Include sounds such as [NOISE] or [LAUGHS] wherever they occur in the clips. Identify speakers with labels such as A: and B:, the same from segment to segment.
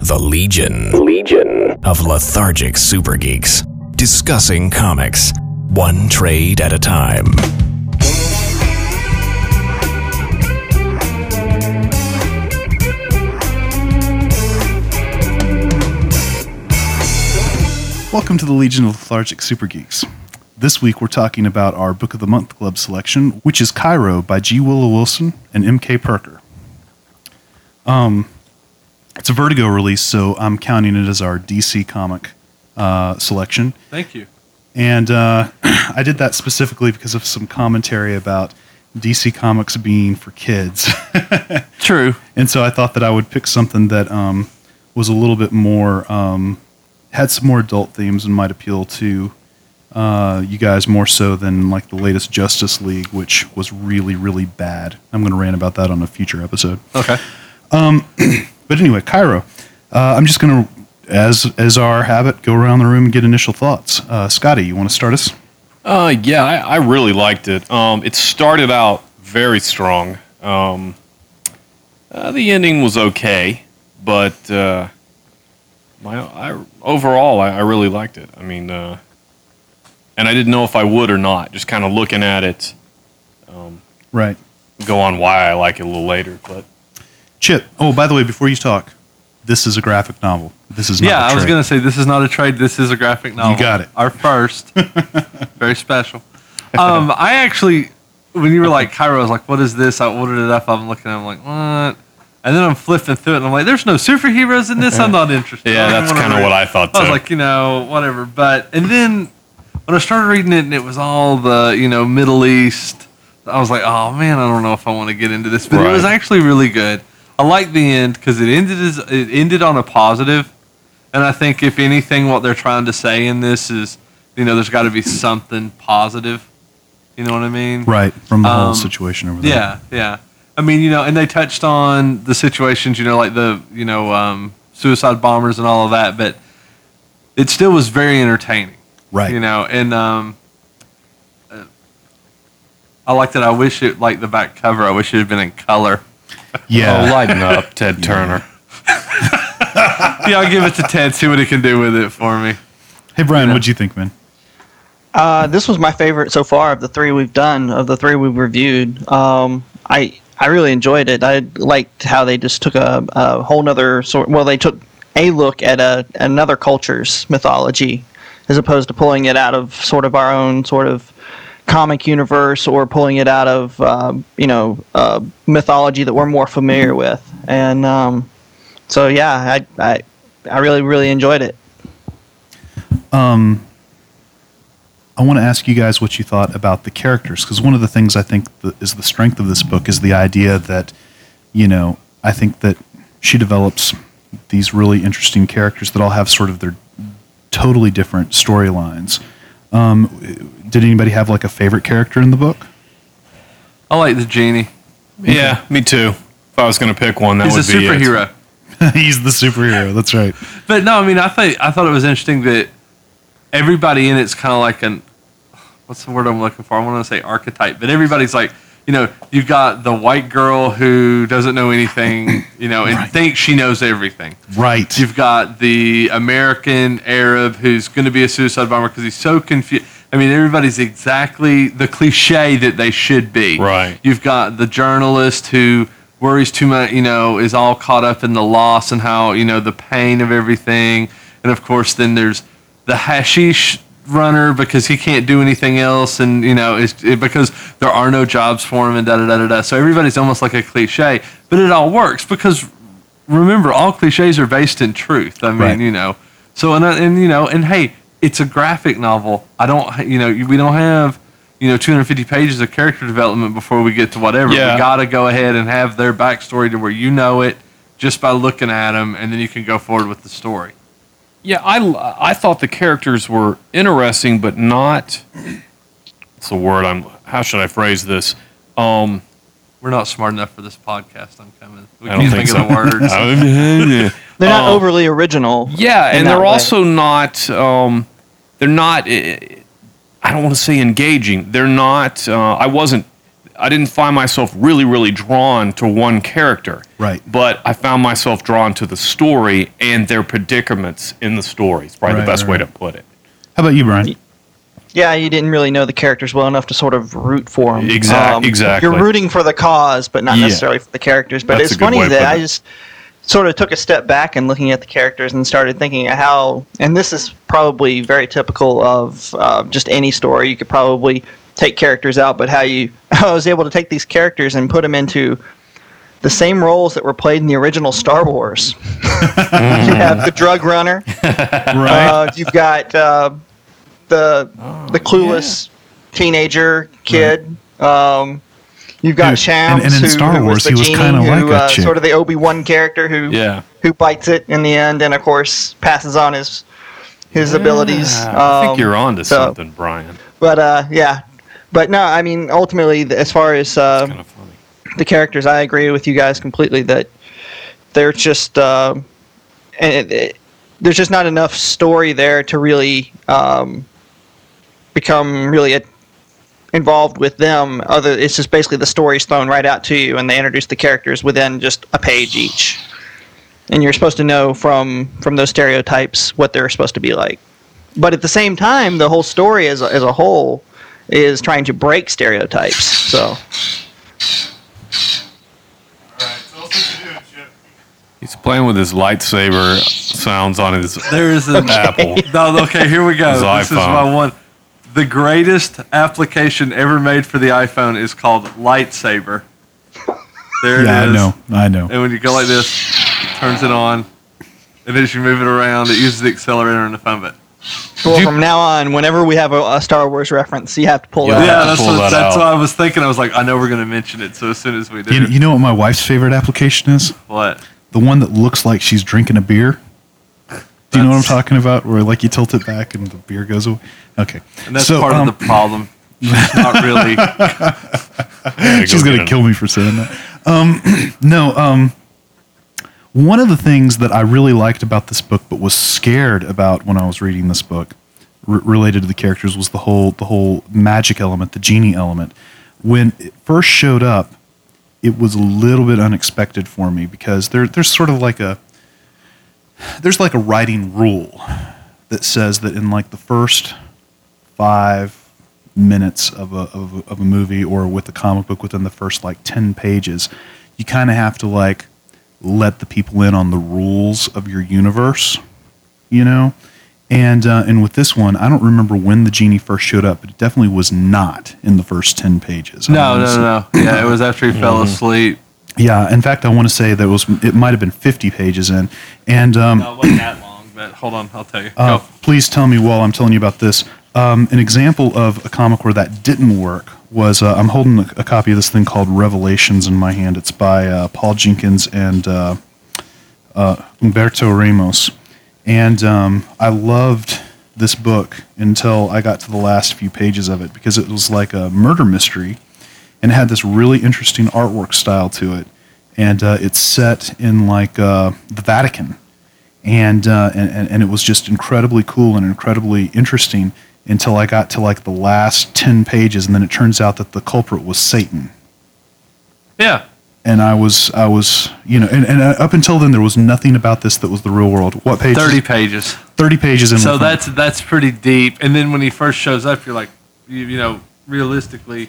A: the Legion. Legion of lethargic super geeks discussing comics one trade at a time.
B: Welcome to the Legion of Lethargic Super Geeks. This week we're talking about our Book of the Month Club selection, which is Cairo by G. Willow Wilson and M. K. Perker. Um, it's a Vertigo release, so I'm counting it as our DC comic uh, selection.
C: Thank you.
B: And uh, [CLEARS THROAT] I did that specifically because of some commentary about DC Comics being for kids.
C: True.
B: And so I thought that I would pick something that um, was a little bit more, um, had some more adult themes and might appeal to uh, you guys more so than like the latest Justice League, which was really, really bad. I'm going to rant about that on a future episode.
C: Okay.
B: But anyway, Cairo, uh, I'm just going to, as as our habit, go around the room and get initial thoughts. Uh, Scotty, you want to start us?
C: Uh, yeah, I, I really liked it. Um, it started out very strong. Um, uh, the ending was okay, but uh, my I, overall, I, I really liked it. I mean, uh, and I didn't know if I would or not. Just kind of looking at it,
B: Right.
C: go on why I like it a little later. But
B: Chip. Oh, by the way, before you talk, this is a graphic novel. This is not.
D: yeah,
B: I
D: I was going to say this is not a trade. This is a graphic novel.
B: got it.
C: [LAUGHS]
D: Our first, very special. Um, I actually, when you
C: [LAUGHS]
D: were like Cairo, I was like, "What is this?" I ordered it up. I'm looking. at it, I'm like, "What?" And then I'm flipping through it, and I'm like, "There's no superheroes in this. I'm not interested."
C: yeah,
D: I don't
C: that's
D: wanna
C: kind of
D: read
C: what
D: it."
C: I thought too.
D: I was like, you know, whatever. But and then when I started reading it, and it was all the you know Middle East. I was like, oh man, I don't know if I want to get into this, but it was
C: Right.
D: actually really good. I liked the end because it ended as it ended on a positive, and I think if anything, what they're trying to say in this is, you know, there's got to be something positive. You know what I mean?
B: Right from the whole
D: Um,
B: situation over there.
D: Yeah, yeah. I mean, you know, and they touched on the situations, you know, like the you know um, suicide bombers and all of that, but it still was very entertaining.
B: Right.
D: You know, and um, uh, I like that. I wish it like the back cover. I wish it had been in color.
B: Yeah.
C: oh, lighten up,
B: [LAUGHS]
C: Ted Turner.
D: [LAUGHS] yeah, I'll give it to Ted. See what he can do with it for me.
B: Hey Brian, what'd you think, man?
E: Uh, this was my favorite so far of the three we've done, of the three we've reviewed. Um, I I really enjoyed it. I liked how they just took a, a whole nother sort. Well, they took a look at a another culture's mythology, as opposed to pulling it out of sort of our own sort of comic universe or pulling it out of uh, you know uh, mythology that we're more familiar with. And um, so yeah, I, I I really really enjoyed it.
B: I want to ask you guys what you thought about the characters because one of the things I think that is the strength of this book is the idea that you know I think that she develops these really interesting characters that all have sort of their totally different storylines. Um, did anybody have like a favorite character in the book?
D: I like the genie.
C: Yeah, me too. If I was going to pick one, that
D: He's a
C: would be it.
D: superhero.
B: [LAUGHS] He's the superhero. That's right.
D: But no, I mean, I think I thought it was interesting that everybody in it's kind of like an what's the word I'm looking for? I want to say archetype, but everybody's like, you know, you've got the white girl who doesn't know anything, you know, and thinks she knows everything.
B: Right.
D: You've got the American Arab who's going to be a suicide bomber because he's so confused. I mean, everybody's exactly the cliche that they should be.
C: Right.
D: You've got the journalist who worries too much, you know, is all caught up in the loss and how, you know, the pain of everything. And of course, then there's the hashish runner because he can't do anything else and, you know, it's it, because there are no jobs for him and da da da da da. So everybody's almost like a cliche, but it all works because remember, all cliches are based in truth. I mean,
B: Right.
D: you know. So and I- and you know, and hey, it's a graphic novel. I don't, you know, we don't have, you know, 250 pages of character development before we get to whatever.
C: Yeah.
D: We gotta go ahead and have their backstory to where you know it just by looking at them, and then you can go forward with the story.
C: Yeah, I, I thought the characters were interesting, but not. It's a word I'm. How should I phrase this? Um,
D: We're not smart enough for this podcast. I'm coming. We
C: I don't
D: can't
C: think
D: think,
C: so.
D: of the words.
C: [LAUGHS]
E: They're not
C: Oh.
E: overly original.
C: yeah,
E: in
C: and
E: that
C: they're
E: way.
C: also not. Um, they're not. eh, I don't want to say engaging. They're not. Uh, I wasn't. I didn't find myself really, really drawn to one character.
B: Right.
C: But I found myself drawn to the story and their predicaments in the story. It's probably
B: Right,
C: the best
B: right,
C: way to
B: right.
C: put it.
B: How about you,
D: [LAUGHS]
B: Brian?
E: Yeah, you didn't really know the characters well enough to sort of root for them.
C: Exact- exactly.
E: You're rooting for the cause, but not
C: Yeah.
E: necessarily for the characters. But
C: That's a
E: it's
C: good
E: funny
C: way to
E: that
C: put
E: I
C: it.
E: just sort of took a step back and looking at the characters and started thinking how. And this is probably very typical of uh, just any story. You could probably take characters out, but how you [LAUGHS] I was able to take these characters and put them into the same roles that were played in the original Star Wars. [LAUGHS] you have the drug runner.
B: Right. Oh,
E: Uh, you've got uh, the the clueless teenager kid. Um, you've got
B: Dude,
E: Shams,
B: and- and in
E: who,
B: Star
E: who
B: Wars,
E: was the
B: he was
E: genie,
B: kinda
E: who,
B: like a
E: uh,
B: chick.
E: sort of the Obi Wan character who
C: Yeah.
E: who bites it in the end, and of course passes on his his abilities.
C: Yeah, I
E: Um,
C: think you're on to
E: so-
C: something, Brian.
E: But uh, yeah, but no, I mean ultimately, th- as far as uh,
C: Kind of funny.
E: the characters, I agree with you guys completely that they're just uh, and it, it- there's just not enough story there to really um, become really a, involved with them. Other, it's just basically the story's thrown right out to you, and they introduce the characters within just a page each, and you're supposed to know from from those stereotypes what they're supposed to be like. But at the same time, the whole story as a, as a whole is trying to break stereotypes. So.
C: He's playing with his lightsaber sounds on
B: [LAUGHS]
C: his
D: There is an
C: Apple.
D: No, okay, here we go.
C: His
D: This is
C: iPhone.
D: my one. The greatest application ever made for the iPhone is called lightsaber. There
B: yeah, I
D: it is.
B: know. I know.
D: And when you go like this, it turns it on, and as you move it around, it uses the accelerator and the thumb button.
E: Well,
D: you-
E: from now on, whenever we have a, a Star Wars reference, you have to pull
C: Yeah.
E: that.
D: Yeah,
E: out.
D: that's
C: pull
D: what,
C: that
D: that's
C: out.
D: what I was thinking. I was like, I know we're going to mention it. So as soon as we do,
B: You, you know what my wife's favorite application is?
D: what?
B: The one that looks like she's drinking a beer. Do you know what I'm
D: That's-
B: talking about? Where like you tilt it back and the beer goes away. Okay.
D: And that's
B: So,
D: part
B: um,
D: of the problem. It's
B: [LAUGHS]
D: not really.
B: She's
C: go
B: gonna
C: get
B: kill me for saying that. Um, [CLEARS THROAT] no. Um, one of the things that I really liked about this book, but was scared about when I was reading this book, r- related to the characters, was the whole the whole magic element, the genie element. When it first showed up, it was a little bit unexpected for me because there there's sort of like a there's like a writing rule that says that in like the first five minutes of a, of, a- of a movie or with a comic book within the first like 10 pages you kind of have to like let the people in on the rules of your universe you know and uh, and with this one i don't remember when the genie first showed up but it definitely was not in the first 10 pages I
D: No,
B: wanna
D: no,
B: say-
D: no. Yeah, it was after he
B: Mm-hmm.
D: fell asleep.
B: yeah in fact i want to say that was it might have been 50 pages in and um,
D: No, it wasn't that long, but hold on, I'll tell you.
B: Uh,
D: Go.
B: please tell me while I'm telling you about this. Um, an example of a comic where that didn't work was uh, I'm holding a, a copy of this thing called Revelations in my hand. It's by uh, Paul Jenkins and uh, uh, Umberto Ramos. And um, I loved this book until I got to the last few pages of it because it was like a murder mystery and it had this really interesting artwork style to it. And uh, it's set in like uh, the Vatican and, uh, and and- and it was just incredibly cool and incredibly interesting until I got to like the last ten pages, and then it turns out that the culprit was Satan.
D: Yeah.
B: And I was I was you know, and, and uh, up until then there was nothing about this that was the real world. What page?
D: Thirty pages.
B: Thirty pages in.
D: So
B: with-
D: that's that's pretty deep. And then when he first shows up, you're like, you, you know, realistically,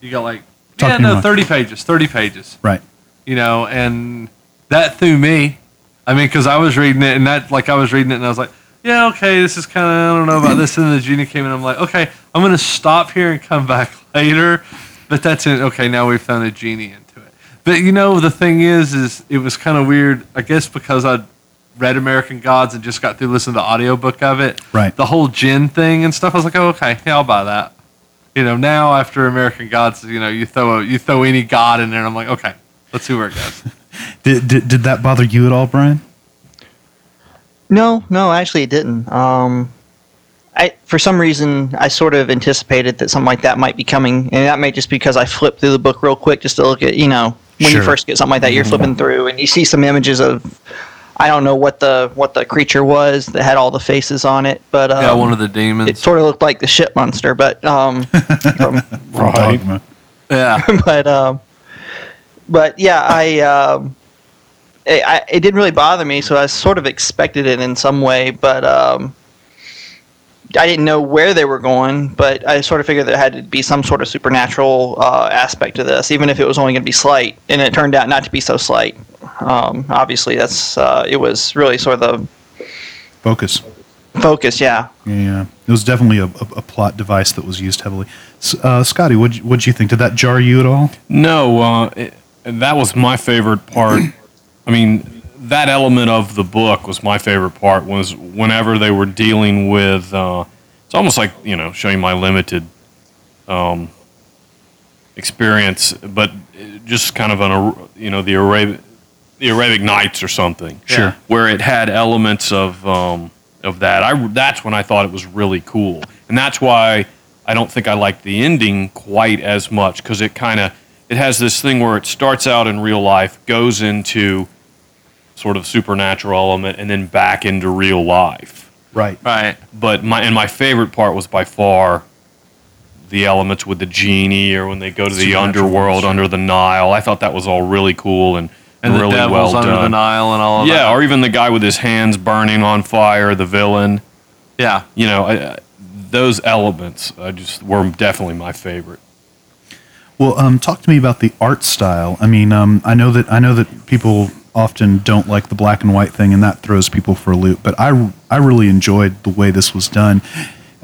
D: you got like,
B: Talk
D: yeah,
B: me
D: no,
B: more.
D: thirty pages, thirty pages.
B: right.
D: You know, and that threw me. I mean, because I was reading it, and that like I was reading it, and I was like, yeah, okay, this is kind of I don't know about this. And the genie came in, I'm like, okay, I'm gonna stop here and come back [LAUGHS] later. But that's it. Okay, now we've thrown a genie into it. But you know, the thing is, is it was kind of weird. I guess because I read American Gods and just got through listening to the audiobook of it.
B: Right.
D: The whole gin thing and stuff. I was like, oh, okay, yeah, I'll buy that. You know, now after American Gods, you know, you throw a, you throw any god in there, and I'm like, okay, let's see where it goes.
B: Did, did did that bother you at all, Brian?
E: No, no, actually, it didn't. Um, I for some reason I sort of anticipated that something like that might be coming, and that may just because I flipped through the book real quick just to look at you know when
B: Sure.
E: you first get something like that, you're flipping through and you see some images of I don't know what the what the creature was that had all the faces on it, but um,
D: yeah, one of the
E: it
D: demons.
E: sort of looked like the shit monster,
D: [LAUGHS]
E: but um, from-
B: Right.
E: [LAUGHS]
D: Yeah,
E: but um, but yeah, I um, it, I, it didn't really bother me, so I sort of expected it in some way, but um, I didn't know where they were going. But I sort of figured there had to be some sort of supernatural uh, aspect to this, even if it was only going to be slight. And it turned out not to be so slight. Um, obviously, that's uh, it was really sort of
B: Focus.
E: the focus. Yeah,
B: Yeah, it was definitely a, a, a plot device that was used heavily. S- Uh, Scotty, what what'd you think? Did that jar you at all?
C: No, uh, it, that was my favorite part. I mean, that element of the book was my favorite part. Was whenever they were dealing with, uh, it's almost like you know, showing my limited um, experience, but it- just kind of an Ar- you know the Arabic the Arabic Nights or something.
D: Sure. Yeah.
C: where it had elements of um, of that. I that's when I thought it was really cool, and that's why I don't think I liked the ending quite as much because it kind of it has this thing where it starts out in real life, goes into sort of supernatural element, and then back into real life.
B: Right.
D: Right.
C: But my and my favorite part was by far the elements with the genie or when they go to the
B: Supernatural
C: underworld under the Nile. I thought that was all really cool and,
D: And
C: really
D: the
C: well
D: devils under
C: done.
D: the Nile and all of
C: yeah,
D: that.
C: or even the guy with his hands burning on fire, the villain.
D: Yeah.
C: You know, I, I- those elements I just were definitely my favorite.
B: Well, um, talk to me about the art style. I mean, um, I know that I know that people often don't like the black and white thing, and that throws people for a loop. But I I really enjoyed the way this was done.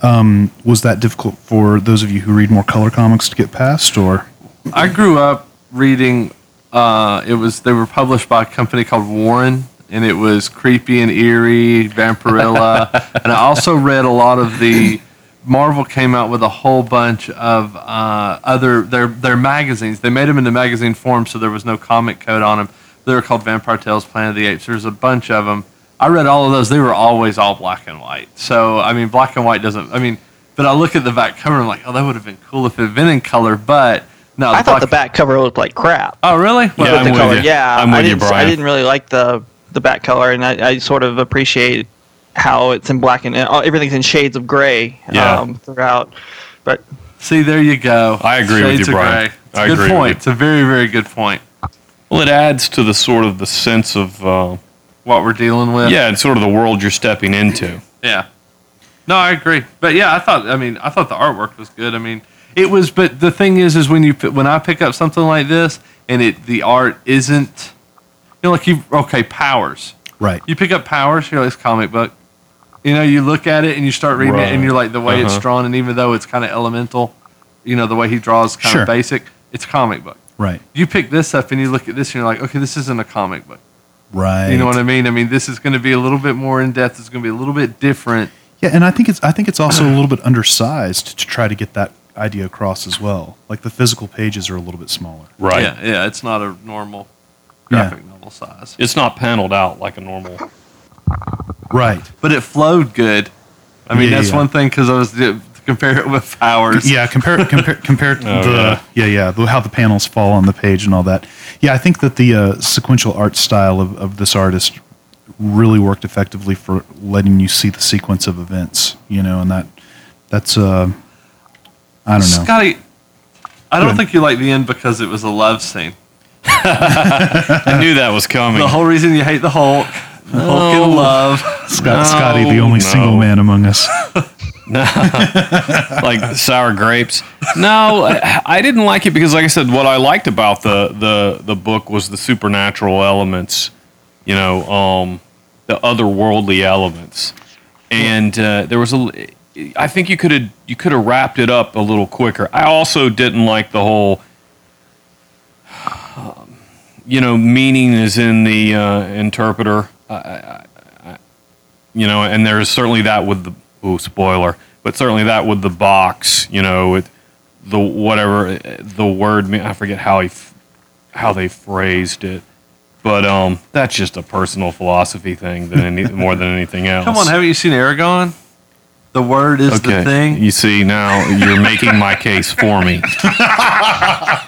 B: Um, was that difficult for those of you who read more color comics to get past, or
D: I grew up reading. Uh, it was they were published by a company called Warren, and it was creepy and eerie, Vampirella, and I also read a lot of the. Marvel came out with a whole bunch of uh, other their their magazines. They made them into magazine form, so there was no comic code on them. They were called Vampire Tales, Planet of the Apes. There's a bunch of them. I read all of those. They were always all black and white. So I mean, black and white doesn't. I mean, but I look at the back cover. and I'm like, oh, that would have been cool if it had been in color. But no,
E: I thought
D: black-
E: the back cover looked like crap.
D: Oh, really?
C: Yeah,
E: with
C: I'm
E: the
C: with
E: color.
C: you.
E: Yeah,
C: I'm
E: I
C: with you,
E: didn't, s-
C: Brian.
E: I didn't really like the the back color, and I, I sort of appreciate how it's in black and uh, everything's in shades of gray
C: Yeah.
E: um, throughout. But
D: See, there you go.
C: I agree with
D: Shades
C: you,
D: of
C: Brian.
D: gray. It's
C: I
D: a good
C: agree with
D: point.
C: you.
D: It's a very, very good point.
C: Well, it adds to the sort of the sense of uh,
D: What we're dealing with.
C: yeah, it's sort of the world you're stepping into.
D: Yeah. No, I agree. But yeah, I thought. I mean, I thought the artwork was good. I mean, it was. But the thing is, is when you pi- when I pick up something like this and it the art isn't, you know, like you okay powers.
B: right?
D: You pick up powers. You're like this comic book. You know, you look at it and you start reading it,
C: Right.
D: and you're like the way it's
C: Uh-huh.
D: drawn, and even though it's kind of elemental, you know, the way he draws kind
B: Sure.
D: of basic. It's a comic book.
B: Right.
D: You pick this up and you look at this and you're like, okay, this isn't a comic book.
B: Right.
D: You know what I mean? I mean, this is going to be a little bit more in depth. It's going to be a little bit different.
B: Yeah, and I think it's I think it's also a little bit undersized to try to get that idea across as well. Like the physical pages are a little bit smaller.
C: Right.
D: Yeah, yeah. It's not a normal
B: Yeah.
D: graphic novel size,
C: It's not paneled out like a normal.
B: Right.
D: but it flowed good. I mean,
B: Yeah,
D: that's
B: yeah.
D: one thing because I was to compare it with powers.
B: Yeah, compare compare compare it
C: [LAUGHS]
B: to
C: Oh,
B: the yeah yeah, the, how the panels fall on the page and all that. Yeah, I think that the uh, sequential art style of, of this artist really worked effectively for letting you see the sequence of events. You know, and that that's uh, I don't know.
D: Scotty, I
B: Good.
D: don't think you like the end because it was a love scene.
C: I knew that was coming.
D: The whole reason you hate the Hulk, the Hulk
B: Oh.
D: in love.
B: Scott, Scotty, the
C: No,
B: only single
C: no.
B: man among us.
C: [LAUGHS]
B: [LAUGHS]
C: like sour grapes. No, I- I didn't like it because, like I said, what I liked about the the the book was the supernatural elements, you know, um, the otherworldly elements, and uh, there was a. l- I think you could have you could have wrapped it up a little quicker. I also didn't like the whole. um, You know, meaning is in the uh, interpreter you know, and there's certainly that with the ooh spoiler, but certainly that with the box, you know, it, the whatever uh, the word mea- I forget how he f- how they phrased it, but um, that's just a personal philosophy thing than any, more than anything else.
D: [LAUGHS] Come on, haven't you seen Aragon? The word is
C: okay,
D: the thing.
C: you see now you're making my case for
D: [LAUGHS]
C: me,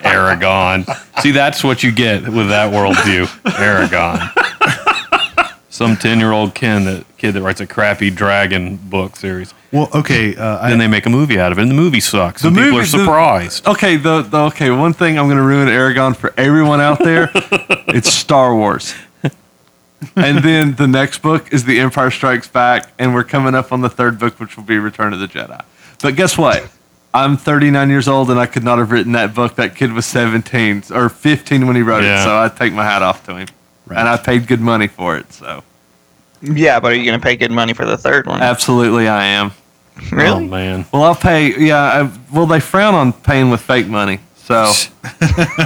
C: Aragon. See, that's what you get with that worldview, Aragon. Some ten-year-old kid that kid that writes a crappy dragon book series.
B: Well, okay, uh, I,
C: then they make a movie out of it, and the movie sucks. and people
D: movie-
C: are
D: the-
C: surprised.
D: Okay, the, the okay. One thing I'm going to ruin Aragon for everyone out there. it's Star Wars. and then the next book is The Empire Strikes Back, and we're coming up on the third book, which will be Return of the Jedi. But guess what? I'm 39 years old, and I could not have written that book. That kid was 17 or 15 when he wrote
C: Yeah.
D: it, so I take my hat off to him.
B: Right.
D: And I paid good money for it, so
E: Yeah, but are you going to pay good money for the third one?
D: absolutely I am.
C: Oh
E: [LAUGHS] really?
C: man.
D: Well, I'll pay. Yeah, I, well, they frown on paying with fake money, so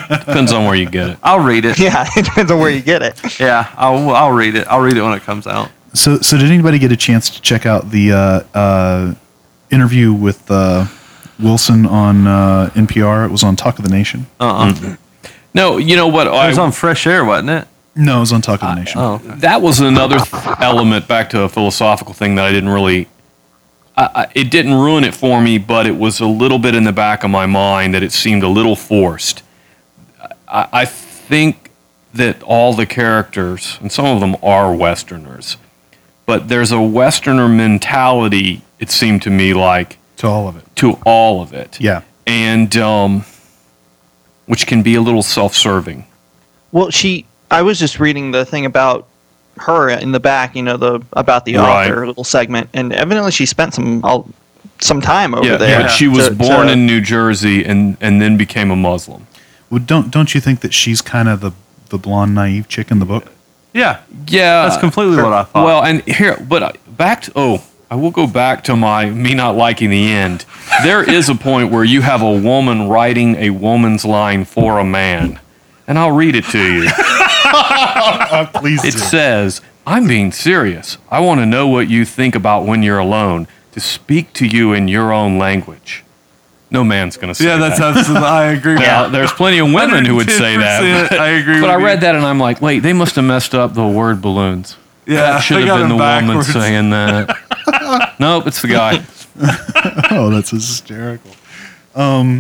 C: Depends on where you get it.
D: I'll read it.
E: [LAUGHS] Yeah, it depends on where you get it.
D: Yeah, I'll I'll read it. I'll read it when it comes out.
B: So, so did anybody get a chance to check out the uh, uh, interview with uh, Wilson on uh, NPR? It was on Talk of the Nation.
D: Uh-uh.
C: Mm-hmm. No, you know what?
D: It was on Fresh Air, wasn't it?
B: No, it was on Talk of the Nation.
D: Oh,
C: that was another th- element back to a philosophical thing that I didn't really. I, I, it didn't ruin it for me, but it was a little bit in the back of my mind that it seemed a little forced. I, I think that all the characters, and some of them are Westerners, but there's a Westerner mentality, it seemed to me like,
B: To all of it.
C: to all of it.
B: Yeah.
C: And um, which can be a little self serving.
E: Well, she. I was just reading the thing about her in the back. You know, the about the
C: Right.
E: author little segment, and evidently she spent some all, some time over
C: Yeah,
E: there.
C: but she was
E: to-
C: born
E: to-
C: in New Jersey and, and then became a Muslim.
B: Well, don't don't you think that she's kind of the the blonde naive chick in the book?
D: yeah.
C: Yeah,
D: That's completely what I thought.
C: Uh, Well, and here, but uh, back to oh, I will go back to my me not liking the end. There is a point where you have a woman writing a woman's line for a man, and I'll read it to you.
B: Uh, Please
C: It says, I'm being serious. I want to know what you think about when you're alone, to speak to you in your own language. No man's going to say
D: yeah, that's
C: that.
D: [LAUGHS] absolutely. I agree. with
C: Now,
D: that.
C: there's plenty of women who would say that.
D: 110%,
C: But,
D: I agree.
C: but
D: with
C: I
D: you.
C: read that and I'm like, wait, they must have messed up the word balloons.
D: Yeah,
C: that should
D: Uh, they
C: have been
D: got
C: the
D: them
C: woman
D: backwards.
C: saying that.
D: [LAUGHS]
C: nope, it's the guy.
B: [LAUGHS] oh, that's hysterical.
D: But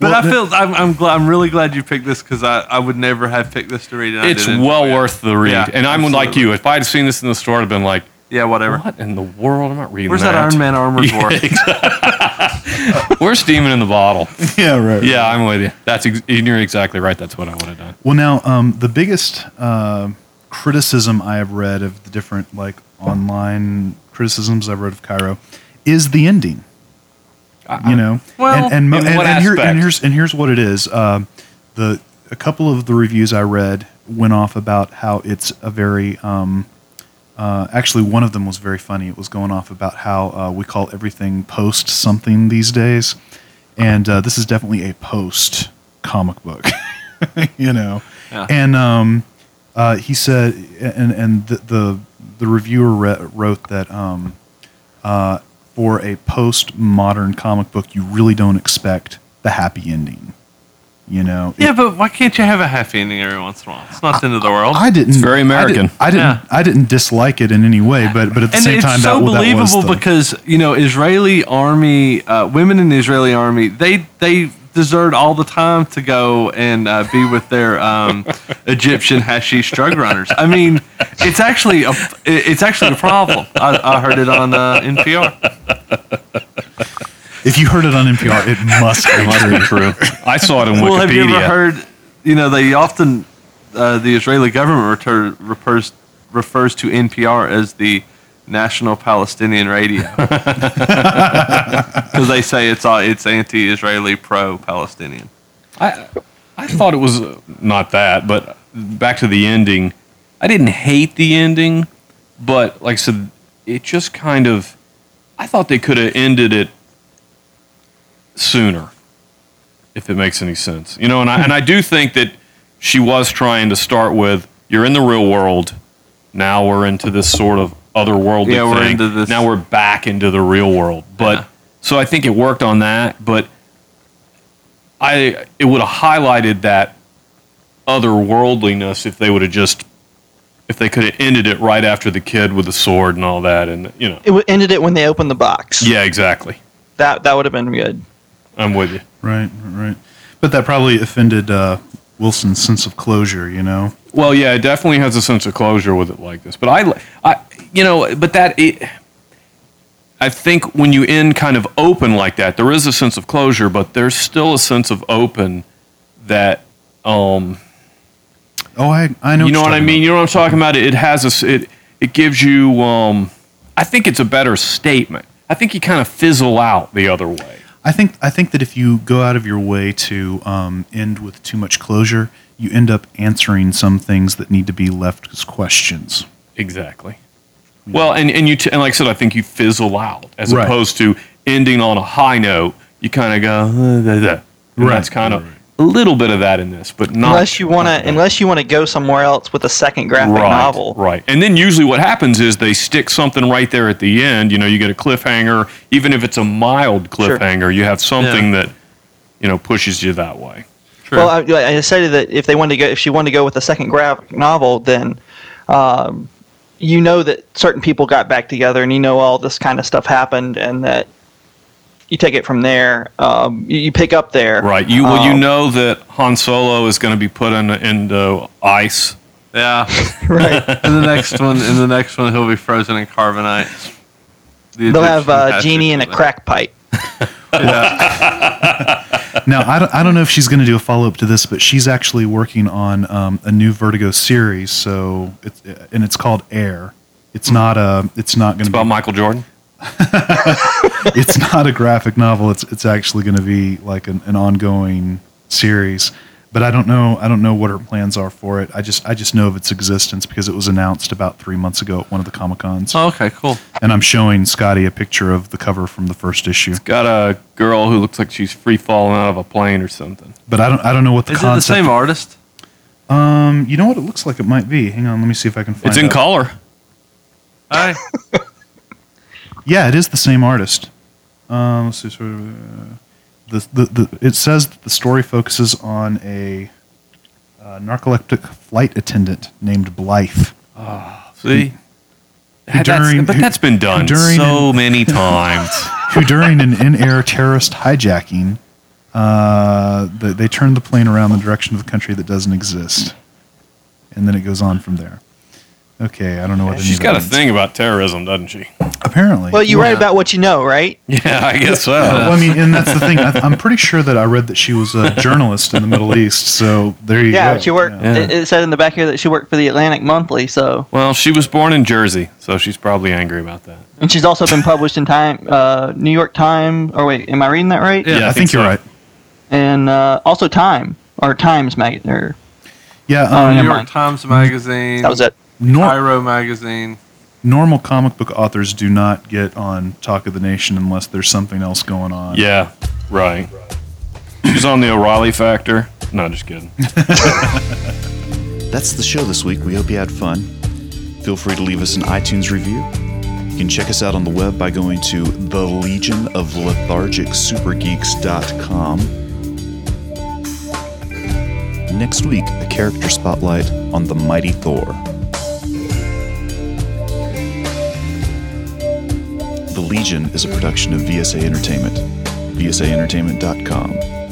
B: Well,
D: I feel I'm I'm, glad, I'm really glad you picked this because I, I would never have picked this to read. And I
C: It's
D: did enjoy
C: well
D: it.
C: worth the read.
D: Yeah,
C: and I'm like
D: absolutely.
C: you. If I had seen this in the store, I'd have been like,
D: Yeah, whatever.
C: what in the world? I'm not reading
D: Where's that Iron Man
C: [LAUGHS]
D: armor
C: Yeah,
D: for?
C: exactly. Where's demon in the bottle?
B: Yeah, right.
C: Yeah, I'm with you. That's ex- and you're exactly right. That's what I would have done.
B: Well, now um, the biggest uh, criticism I have read of the different like online criticisms I've read of Cairo is the ending. you know,
D: well,
B: and and, mo-
C: Uh, in
B: and,
C: what
B: and here,
C: aspect?
B: and here's and here's what it is. Um the a couple of the reviews I read went off about how it's a very um, uh, actually one of them was very funny. It was going off about how uh, we call everything post something these days, and uh, this is definitely a post comic book, [LAUGHS] you know.
D: Yeah.
B: And um, uh, he said, and and the the, the reviewer re- wrote that um, uh, for a postmodern comic book, you really don't expect the happy ending. You know,
D: yeah, but why can't you have a happy ending every once in a while? It's not the end of the world.
B: I didn't.
C: It's very American.
B: I didn't. I
D: Yeah.
B: didn't, I didn't dislike it in any way, but but at the
D: and
B: same
D: it's
B: time,
D: so
B: that, that was
D: believable
B: the-
D: because you know Israeli army uh, women in the Israeli army they they deserved all the time to go and uh, be with their
B: [LAUGHS]
D: um, Egyptian hashish drug runners. I mean, it's actually a it's actually a problem. I, I heard it on uh, NPR.
B: if you heard it on NPR,
D: [LAUGHS]
B: it must be true.
C: true. I saw it in
D: Well, have you ever
C: Wikipedia.
D: heard? You know, they often uh, the Israeli government retur- refers refers to NPR as the National Palestinian [LAUGHS] Radio because they say it's uh, it's anti-Israeli, pro-Palestinian.
C: I I thought it was uh, not that, but back to the ending. I didn't hate the ending, but like I said, it just kind of. I thought they could have ended it sooner, if it makes any sense. You know, and I and I do think that she was trying to start with you're in the real world. Now we're into this sort of other world
D: Yeah, we're
C: thing.
D: into this-
C: Now we're back into the real world. But
D: Yeah.
C: so I think it worked on that, but I it would have highlighted that otherworldliness if they would have just if they could have ended it right after the kid with the sword and all that and you know
E: It w- ended it when they opened the box.
C: yeah exactly
E: That that would have been good.
C: i'm with you
B: [LAUGHS] Right, right. But that probably offended uh, Wilson's sense of closure. You know,
C: well yeah it definitely has a sense of closure with it like this but i i you know but that it, i think when you end kind of open like that there is a sense of closure but there's still a sense of open that um
B: Oh, I I know.
C: you know
B: you're
C: what I
B: talking
C: mean?
B: about.
C: You know what I'm talking about? It, it has a s it it gives you um I think it's a better statement. I think you kind of fizzle out the other way.
B: I think I think that if you go out of your way to um, end with too much closure, you end up answering some things that need to be left as questions.
C: Exactly. Well, and and you t- and like I said, I think you fizzle out as
B: Right.
C: opposed to ending on a high note. You kind of go, uh, da, da. And
B: Right,
C: That's kind of a little bit of that in this, but not
E: unless you want to, unless you want to go somewhere else with a second graphic
C: right,
E: novel.
C: Right. And then usually what happens is they stick something right there at the end. You know, you get a cliffhanger, even if it's a mild
E: Sure.
C: cliffhanger, you have something
D: Yeah.
C: that you know pushes you that way.
D: Sure.
E: Well, I, I said that if they wanted to go, if she wanted to go with a second graphic novel, then um, you know that certain people got back together, and you know all this kind of stuff happened, and that you take it from there. Um, you, you pick up there,
C: Right. You well, you
E: Um,
C: know that Han Solo is going to be put in into ice.
D: yeah.
E: [LAUGHS] right?
D: And the next one, [LAUGHS] in the next one, he'll be frozen in carbonite. The
E: They'll have
D: Egyptian
E: uh,
D: has to
E: genie
D: do
E: and a
D: that.
E: crack pipe.
B: Now, I don't, I don't know if she's going to do a follow up to this, but she's actually working on um, a new Vertigo series. So, it's, and it's called Air. It's not a. It's not going
C: It's
B: to be.
C: about Michael Jordan.
B: it's not a graphic novel. It's it's actually going to be like an, an ongoing series. But I don't know. I don't know what her plans are for it. I just I just know of its existence because it was announced about three months ago at one of the comic cons.
D: [LAUGHS] Oh, okay, cool.
B: And I'm showing Scotty a picture of the cover from the first issue.
C: Got a girl who looks like she's free falling out of a plane or something.
B: But I don't I don't know what the
D: Is it the
B: concept.
D: same artist?
B: Um, you know what it looks like. It might be. Hang on. Let me see if I can find.
C: it's in
B: out.
C: color.
D: Hi.
B: Yeah, it is the same artist. Um, let's see. Sort of, uh, the, the, the, it says that the story focuses on a uh, narcoleptic flight attendant named Blythe.
C: See.
B: Who
C: That's-
B: during-
C: but
B: who-
C: that's been done
B: who during
C: so [LAUGHS] many times.
B: who during an in-air terrorist hijacking, uh, they, they turn the plane around in the direction of the country that doesn't exist, and then it goes on from there. Okay, I don't know what
C: She's
B: any of
C: got
B: that
C: a
B: means.
C: thing about terrorism, doesn't she?
B: Apparently,
E: Well, you write about what you know, right?
C: Yeah, I guess so.
B: well, I mean, and that's the thing. I, I'm pretty sure that I read that she was
E: [LAUGHS]
B: a journalist in the Middle East. So there you
E: Yeah,
B: go.
E: she worked. It, it said in the back here that she worked for the Atlantic Monthly, so
C: Well, she was born in Jersey, so she's probably angry about that.
E: and she's also been published in Time, uh, New York Time. Or wait, am I reading that right?
B: Yeah, I, think, you're
C: so.
B: right.
E: and uh, also Time or Times magazine. Or
B: Yeah,
E: Oh,
B: um,
E: yeah.
D: New
E: Never
D: York
E: mind.
D: Times Magazine.
E: that was it.
B: nor-
D: Cairo Magazine.
B: normal comic book authors do not get on Talk of the Nation unless there's something else going on.
C: Yeah, right. She's on the O'Reilly Factor. No, just kidding.
F: That's the show this week. We hope you had fun. Feel free to leave us an iTunes review. You can check us out on the web by going to the Legion of Lethargic Supergeeks.com. Next week, a character spotlight on the mighty Thor. The Legion is a production of VSA Entertainment. VSAEntertainment.com.